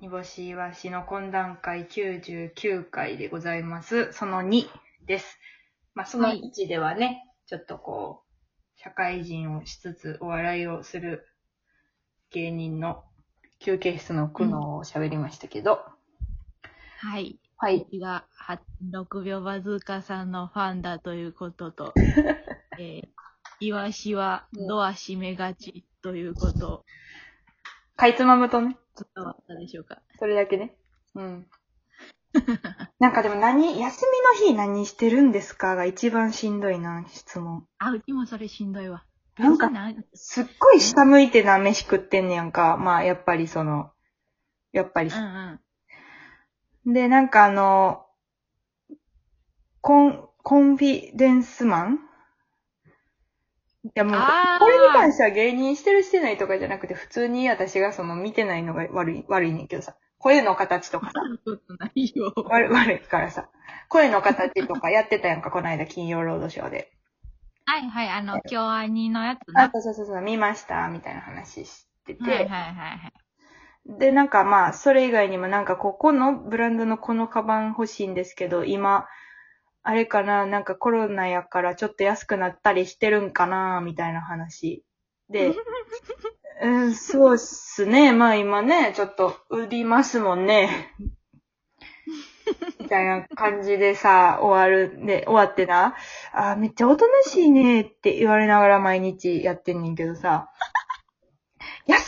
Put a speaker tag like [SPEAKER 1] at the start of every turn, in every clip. [SPEAKER 1] 煮干しいわしの懇談会99回でございます。その2です。まあ、その
[SPEAKER 2] はい
[SPEAKER 1] 1ではね、ちょっとこう、社会人をしつつお笑いをする芸人の休憩室の苦悩を喋りましたけど、
[SPEAKER 2] はい。
[SPEAKER 1] はい。
[SPEAKER 2] 私がは6秒バズーカさんのファンだということ と、えー、イワシはドア閉めがちということ、
[SPEAKER 1] かいつまむとね、
[SPEAKER 2] 伝わったでしょうか。
[SPEAKER 1] それだけね。 うん。なんかでも何、休みの日何してるんですかが一番しんどいな、質問。
[SPEAKER 2] あ、うちもそれしんどいわ。
[SPEAKER 1] なんか
[SPEAKER 2] うちな
[SPEAKER 1] すっごい下向いてな、飯食ってんねやんか。まあ、やっぱりその、やっぱり。
[SPEAKER 2] うん
[SPEAKER 1] で、なんかあの、コン、コンフィデンスマンいやもう
[SPEAKER 2] あー、
[SPEAKER 1] これに関しては芸人してるしてないとかじゃなくて、普通に私がその見てないのが悪い、悪いねんけどさ、声の形とかさ、
[SPEAKER 2] うん。そんなことないよ。
[SPEAKER 1] 悪い、 悪いからさ、声の形とかやってたやんか、この間金曜ロードショーで。
[SPEAKER 2] はいはい、あの、京アニのやつな。
[SPEAKER 1] あ、
[SPEAKER 2] は
[SPEAKER 1] そうそうそうそう、見ましたみたいな話してて。
[SPEAKER 2] いはいはいはい。
[SPEAKER 1] で、なんかまあ、それ以外にもなんかここのブランドのこのカバン欲しいんですけど、今、あれかな、なんかコロナやからちょっと安くなったりしてるんかな、みたいな話。で、うん、そうっすね。まあ今ね、ちょっと売りますもんね。みたいな感じでさ、終わるんで、終わってな、あーめっちゃおとなしいねって言われながら毎日やってんねんけどさ、休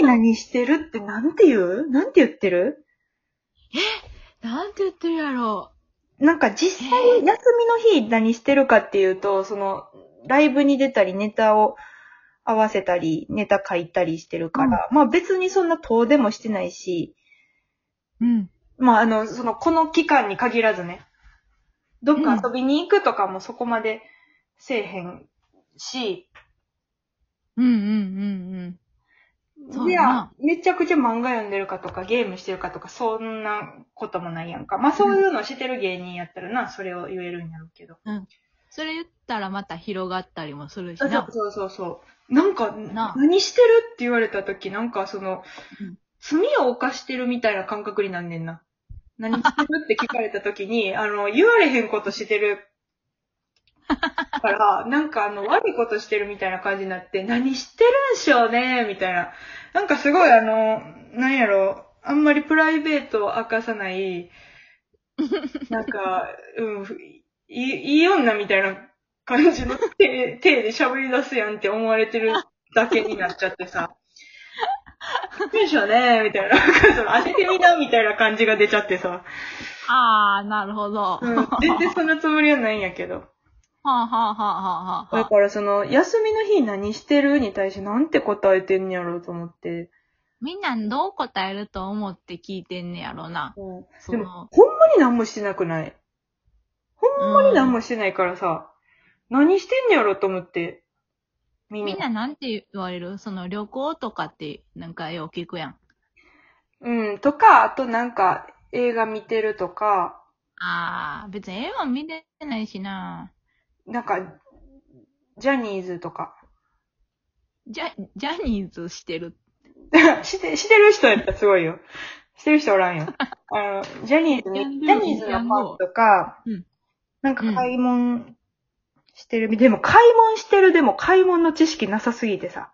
[SPEAKER 1] みの日何してるってなんて言うなんて言ってる
[SPEAKER 2] なんて言ってるやろ
[SPEAKER 1] なんか実際、休みの日何してるかっていうと、その、ライブに出たり、ネタを合わせたり、ネタ書いたりしてるから、まあ別にそんな遠出もしてないし、
[SPEAKER 2] う。うん。
[SPEAKER 1] まああの、その、この期間に限らずね、どっか遊びに行くとかもそこまでせえへんし、
[SPEAKER 2] うんうんうんそう
[SPEAKER 1] い
[SPEAKER 2] や
[SPEAKER 1] や
[SPEAKER 2] な、
[SPEAKER 1] めちゃくちゃ漫画読んでるかとか、ゲームしてるかとか、そんなこともないやんか。まあそういうのしてる芸人やったらな、それを言えるんやろうけど。
[SPEAKER 2] うん。それ言ったらまた広がったりもするし
[SPEAKER 1] そう
[SPEAKER 2] な。
[SPEAKER 1] そうそうそう。なんか、
[SPEAKER 2] な
[SPEAKER 1] 何してるって言われた時、なんかその、
[SPEAKER 2] うん
[SPEAKER 1] 罪を犯してるみたいな感覚になんねんな。何してるって聞かれた時に、 あの、言われへんことしてる。から、なんかあの、悪いことしてるみたいな感じになって、何してるんしょうねみたいな。なんかすごいあの、なんやろ、あんまりプライベートを明かさない、なんか、うん、ふいい、いい女みたいな感じの手 手で喋り出すやんって思われてるだけになっちゃってさ。よいしょねみたいな。 なんかその、当ててみな、みたいな感じが出ちゃってさ。
[SPEAKER 2] あー、なるほど。
[SPEAKER 1] う
[SPEAKER 2] は
[SPEAKER 1] ん、全然そんなつもりはないんやけど。
[SPEAKER 2] あはあはあはあ
[SPEAKER 1] だ
[SPEAKER 2] はあ。
[SPEAKER 1] からその、休みの日何してるに対してなんて答えてんやろうと思って。
[SPEAKER 2] みんなどう答えると思って聞いてんねやろな。
[SPEAKER 1] うん、
[SPEAKER 2] そ
[SPEAKER 1] で
[SPEAKER 2] の、
[SPEAKER 1] も、ほんまに何もしてなくないほんまに何もしてないからさ、何してんやろうと思って。み
[SPEAKER 2] みんななんて言われるその旅行とかってなんかよう聞くやん。
[SPEAKER 1] うん、とか、あとなんか、映画見てるとか、
[SPEAKER 2] あー、別に絵は見てないしな。
[SPEAKER 1] なんか、ジャニーズとか。
[SPEAKER 2] ジャ、ジャニーズしてる。
[SPEAKER 1] して、してる人やったらすごいよ。してる人おらん よ。あの、ジャニーズに、ジャニーズのファンとか、
[SPEAKER 2] うん
[SPEAKER 1] なんか買い物してる、でも買い物してる、でも買い物の知識なさすぎてさ。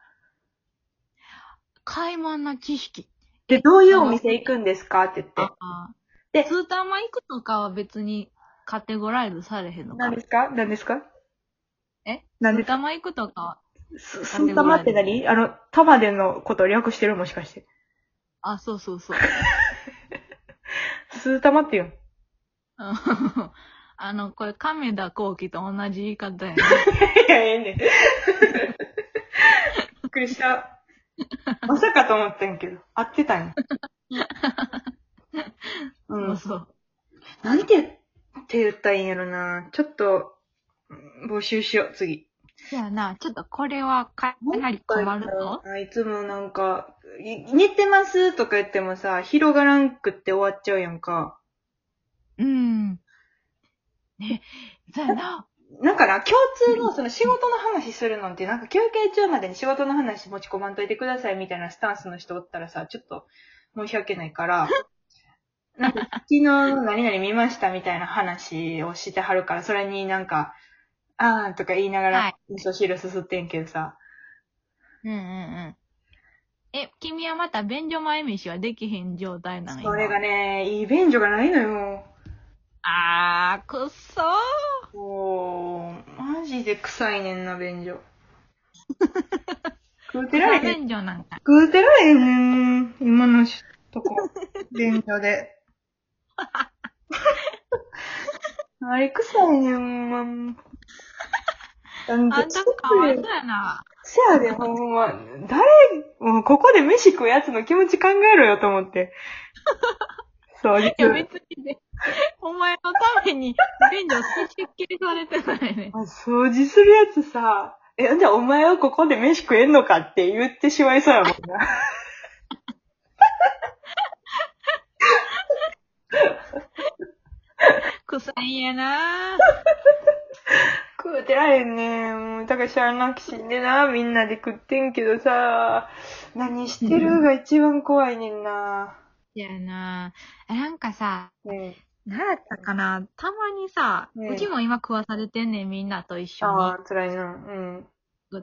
[SPEAKER 2] 買い物の知識。
[SPEAKER 1] で、どういうお店行くんですかって言って。
[SPEAKER 2] あー
[SPEAKER 1] で
[SPEAKER 2] スーターマ行くとかは別にカテゴライズされへんのか
[SPEAKER 1] 何で。すか何ですか
[SPEAKER 2] え
[SPEAKER 1] 何
[SPEAKER 2] ス
[SPEAKER 1] ですか
[SPEAKER 2] ーターマ行くとかは、
[SPEAKER 1] す、すんたまって何あの、玉でのことを略してるもしかして。
[SPEAKER 2] あ、そうそうそう。
[SPEAKER 1] すーたまって言うん。
[SPEAKER 2] うんあの、これ亀田光輝と同じ言い方やね。
[SPEAKER 1] いや、ええねん。びっくりした。まさかと思ったんやけど、合ってたんや。う。
[SPEAKER 2] そうんそう。
[SPEAKER 1] なんて、って言ったらいいんやろな。ちょっと、うん募集しよう、次。
[SPEAKER 2] じゃあな、ちょっとこれはかなり困るぞ。
[SPEAKER 1] あいつもなんか、い寝てますとか言ってもさ、広がらんくって終わっちゃうやんか。
[SPEAKER 2] うん。ね、そうやな。
[SPEAKER 1] だから、共通の、その仕事の話するのって、なんか休憩中までに仕事の話持ち込まんといてくださいみたいなスタンスの人おったらさ、ちょっと、申し訳ない から、なんか昨日の何々見ましたみたいな話をしてはるから、それになんか、あーとか言いなが
[SPEAKER 2] は
[SPEAKER 1] ら
[SPEAKER 2] い、
[SPEAKER 1] 味噌汁すすってんけどさ、
[SPEAKER 2] うんうんうん。え、君はまた便所前飯はできへん状態なの
[SPEAKER 1] それがね、いい便所がないのよ。
[SPEAKER 2] あー、くっそー。
[SPEAKER 1] おー、マジで臭いねんな、便 所。食うてられへん。
[SPEAKER 2] 便所なんか。
[SPEAKER 1] 食うてられへんねん。今のしと こ。便所で。あれ臭いねん、ほんま。なん
[SPEAKER 2] あ
[SPEAKER 1] で
[SPEAKER 2] んたかわいそうやな。
[SPEAKER 1] せやで、ほんま。誰、もうここで飯食うやつの気持ち考えろよと思って。そう、
[SPEAKER 2] いや別にね、お前のために便所設計されてないね。
[SPEAKER 1] あ掃除するやつさ、え、じゃあお前はここで飯食えんのかって言ってしまいそうやもんな。
[SPEAKER 2] 臭いんやな
[SPEAKER 1] 食うてられんねもう、だからしゃあなく死んでな、みんなで食ってんけどさ、何してるが一番怖いねんな。
[SPEAKER 2] いやなあなんかさ、
[SPEAKER 1] ね
[SPEAKER 2] 何やったかなたまにさ、
[SPEAKER 1] うん
[SPEAKER 2] うちも今食わされてんねん、みんなと一緒に
[SPEAKER 1] ああ、。辛いな。うん。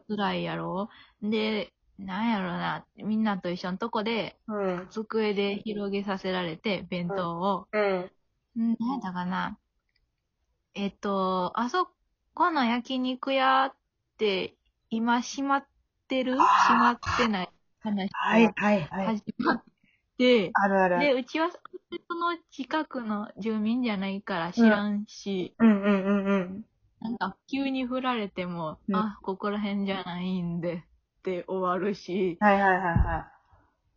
[SPEAKER 2] 辛いやろで、なんやろな、みんなと一緒のとこで、
[SPEAKER 1] うん。
[SPEAKER 2] 机で広げさせられて、弁当を。
[SPEAKER 1] うん。
[SPEAKER 2] ん、なんやったかな。えっと、あそこの焼肉屋って、今閉まってる閉
[SPEAKER 1] あー
[SPEAKER 2] まってない話
[SPEAKER 1] はい、
[SPEAKER 2] が
[SPEAKER 1] はい、はい。
[SPEAKER 2] 始まって、
[SPEAKER 1] あるあるあ
[SPEAKER 2] で、
[SPEAKER 1] る。
[SPEAKER 2] うちはその近くの住民じゃないから知らんし、
[SPEAKER 1] うんうんうんうん。
[SPEAKER 2] なんか急に振られても、
[SPEAKER 1] うん
[SPEAKER 2] あ、ここら辺じゃないんでって終わるし、
[SPEAKER 1] はいはいは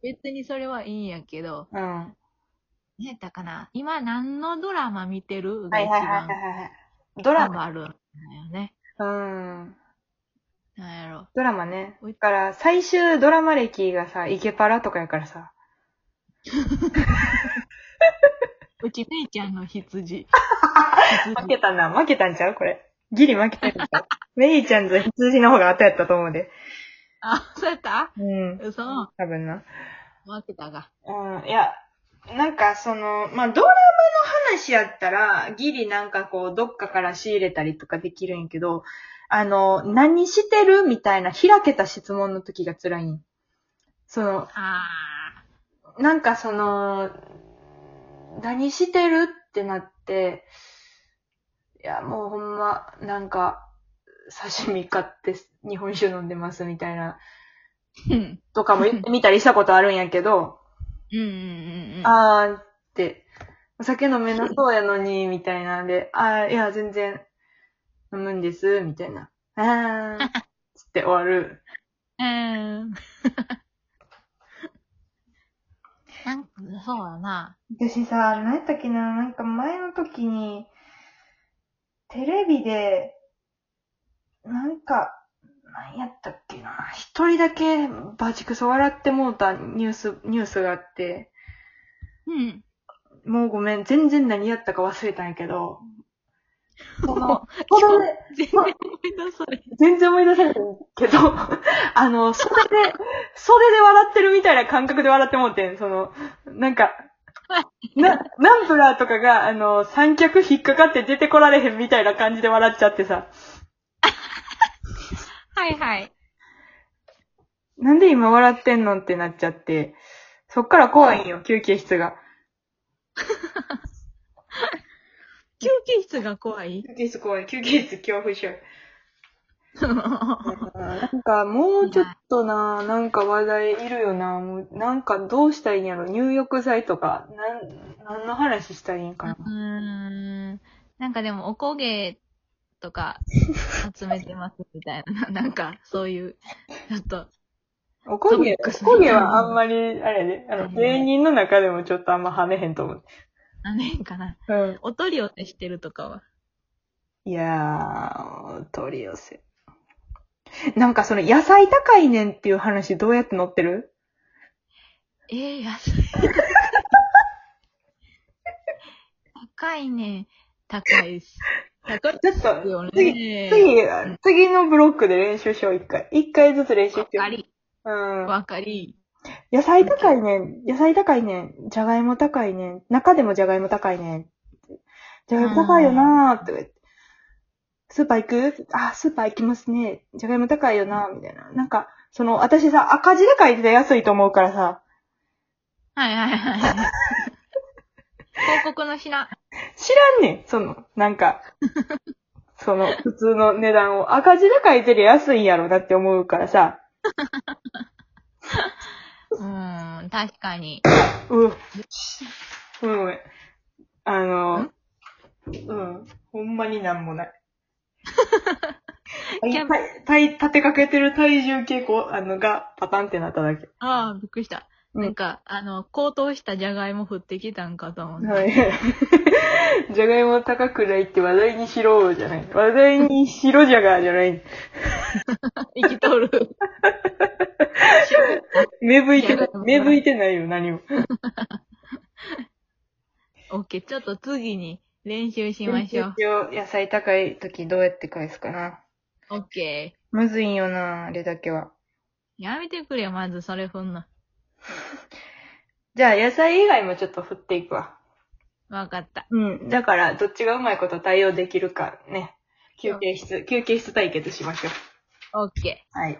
[SPEAKER 2] 別にそれはいいんやけど、
[SPEAKER 1] いはい。
[SPEAKER 2] 何やったかな今何のドラマ見てる
[SPEAKER 1] うん。
[SPEAKER 2] が
[SPEAKER 1] はい
[SPEAKER 2] 一
[SPEAKER 1] はいはいはいは
[SPEAKER 2] 番
[SPEAKER 1] い。ドラマ。
[SPEAKER 2] あるんだよね。
[SPEAKER 1] うん。
[SPEAKER 2] なんやろ。
[SPEAKER 1] ドラマね。
[SPEAKER 2] おい
[SPEAKER 1] だから、最終ドラマ歴がさ、イケパラとかやからさ。
[SPEAKER 2] うち姉ちゃんの 羊。
[SPEAKER 1] 負けたな、負けたんちゃうこれ。ギリ負けたんちゃうメイちゃんと羊の方が後やったと思うで。
[SPEAKER 2] あ、そうやった
[SPEAKER 1] うん。
[SPEAKER 2] 嘘。
[SPEAKER 1] 多分な。
[SPEAKER 2] 負けたが。
[SPEAKER 1] うん、いや、なんかその、まあ、ドラマの話やったら、ギリなんかこう、どっかから仕入れたりとかできるんやけど、あの、何してるみたいな開けた質問の時が辛いん。その、
[SPEAKER 2] あ
[SPEAKER 1] なんかその、何してるってなって、いや、もうほんま、なんか、刺身買って日本酒飲んでますみたいな、
[SPEAKER 2] ー。うん。
[SPEAKER 1] とかも 言ってみたりしたことあるんやけど、
[SPEAKER 2] うんうんうんうん。
[SPEAKER 1] あーって、お酒飲めなそうやのに、みたいなんで、あー、いや、全然、飲むんです、みたいな。あー、つって終わる。
[SPEAKER 2] うーん。 なんか、そうだな。
[SPEAKER 1] 私さ、何やったっけな、なんか前の時に、テレビで、なんか、何やったっけな、一人だけバチクソ笑ってもうたニュース、ニュースがあって、
[SPEAKER 2] うん。、
[SPEAKER 1] もうごめん、全然何やったか忘れたんやけど、その 子供で
[SPEAKER 2] 全然思い出されへん。
[SPEAKER 1] 全然思い出せないけど、 あの、袖で、袖で笑ってるみたいな感覚で笑ってもうてん、その、なんか、な、ナンプラーとかが、あの、三脚引っかかって出てこられへんみたいな感じで笑っちゃってさ、
[SPEAKER 2] はいはい。
[SPEAKER 1] なんで今笑ってんのってなっちゃって、そっから怖いんよ、休憩室が。
[SPEAKER 2] 休憩室が怖い
[SPEAKER 1] 休憩室怖い、休憩室恐怖症。
[SPEAKER 2] う
[SPEAKER 1] なんか、もうちょっとな、なんか話題いるよな、もう、なんかどうしたらいいんやろ、入浴剤とか、なん、何の話したらいいんかな。
[SPEAKER 2] ーん。なんかでも、おこげとか集めてますみたいな。 なんか、そういう、ちょっと、
[SPEAKER 1] おこげ、
[SPEAKER 2] トピックス
[SPEAKER 1] おこげはあんまり、あれやで、あ
[SPEAKER 2] う
[SPEAKER 1] の、
[SPEAKER 2] ん
[SPEAKER 1] 芸人の中でもちょっとあんま跳ねへんと思う。
[SPEAKER 2] 何年かな。
[SPEAKER 1] うん。
[SPEAKER 2] お取り寄せしてるとかは。
[SPEAKER 1] いやー、お取り寄せ。なんかその、野菜高いねんっていう話どうやって載ってる
[SPEAKER 2] えー、安い。高いね。高いし。高い
[SPEAKER 1] ちょっ
[SPEAKER 2] ですよ
[SPEAKER 1] と、次、
[SPEAKER 2] ね。
[SPEAKER 1] 次、次のブロックで練習しよう、一回。一回ずつ練習しよ
[SPEAKER 2] わかり、
[SPEAKER 1] う。うん。
[SPEAKER 2] わかり。
[SPEAKER 1] 野菜高いねん。野菜高いねん。じゃがいも高いねん。中でもじゃがいも高いねん。じゃがいも高いよなーって言って。スーパー行くあ、スーパー行きますね。じゃがいも高いよなーみたいな。なんか、その、私さ、赤字で書いてたら安いと思うからさ、
[SPEAKER 2] はいはいはい。 広告の品。
[SPEAKER 1] 知らんねん。その、なんか、その、普通の値段を赤字で書いてりゃ安いんやろなって思うからさ、
[SPEAKER 2] うーん、確かに。
[SPEAKER 1] うん。ごめんごめん。あの、うん。ほんまになんもない。
[SPEAKER 2] キャン
[SPEAKER 1] 体体立てかけてる体重傾向あのがパタンってなっただけ。
[SPEAKER 2] ああ、びっくりした。
[SPEAKER 1] うん
[SPEAKER 2] なんか、あの、高騰したじゃがいも降ってきたんかと思った。
[SPEAKER 1] はい。 じゃがいも高くないって話題にしろじゃない。話題にしろじゃがじゃない。
[SPEAKER 2] 生きとる。
[SPEAKER 1] 芽吹いてない
[SPEAKER 2] いや。
[SPEAKER 1] 芽吹いてないよ、何も。
[SPEAKER 2] オッケー、ちょっと次に練習しましょう。
[SPEAKER 1] 一応野菜高い時どうやって返すかな。
[SPEAKER 2] オッケ
[SPEAKER 1] むずいんよな、あれだけは。
[SPEAKER 2] ー。やめてくれよ、まずそれふんの。
[SPEAKER 1] じゃあ野菜以外もちょっと振っていくわ。
[SPEAKER 2] わかった。
[SPEAKER 1] うん。だから、どっちがうまいこと対応できるかね。休憩室、休憩室対決しましょう。
[SPEAKER 2] オッケー。
[SPEAKER 1] はい。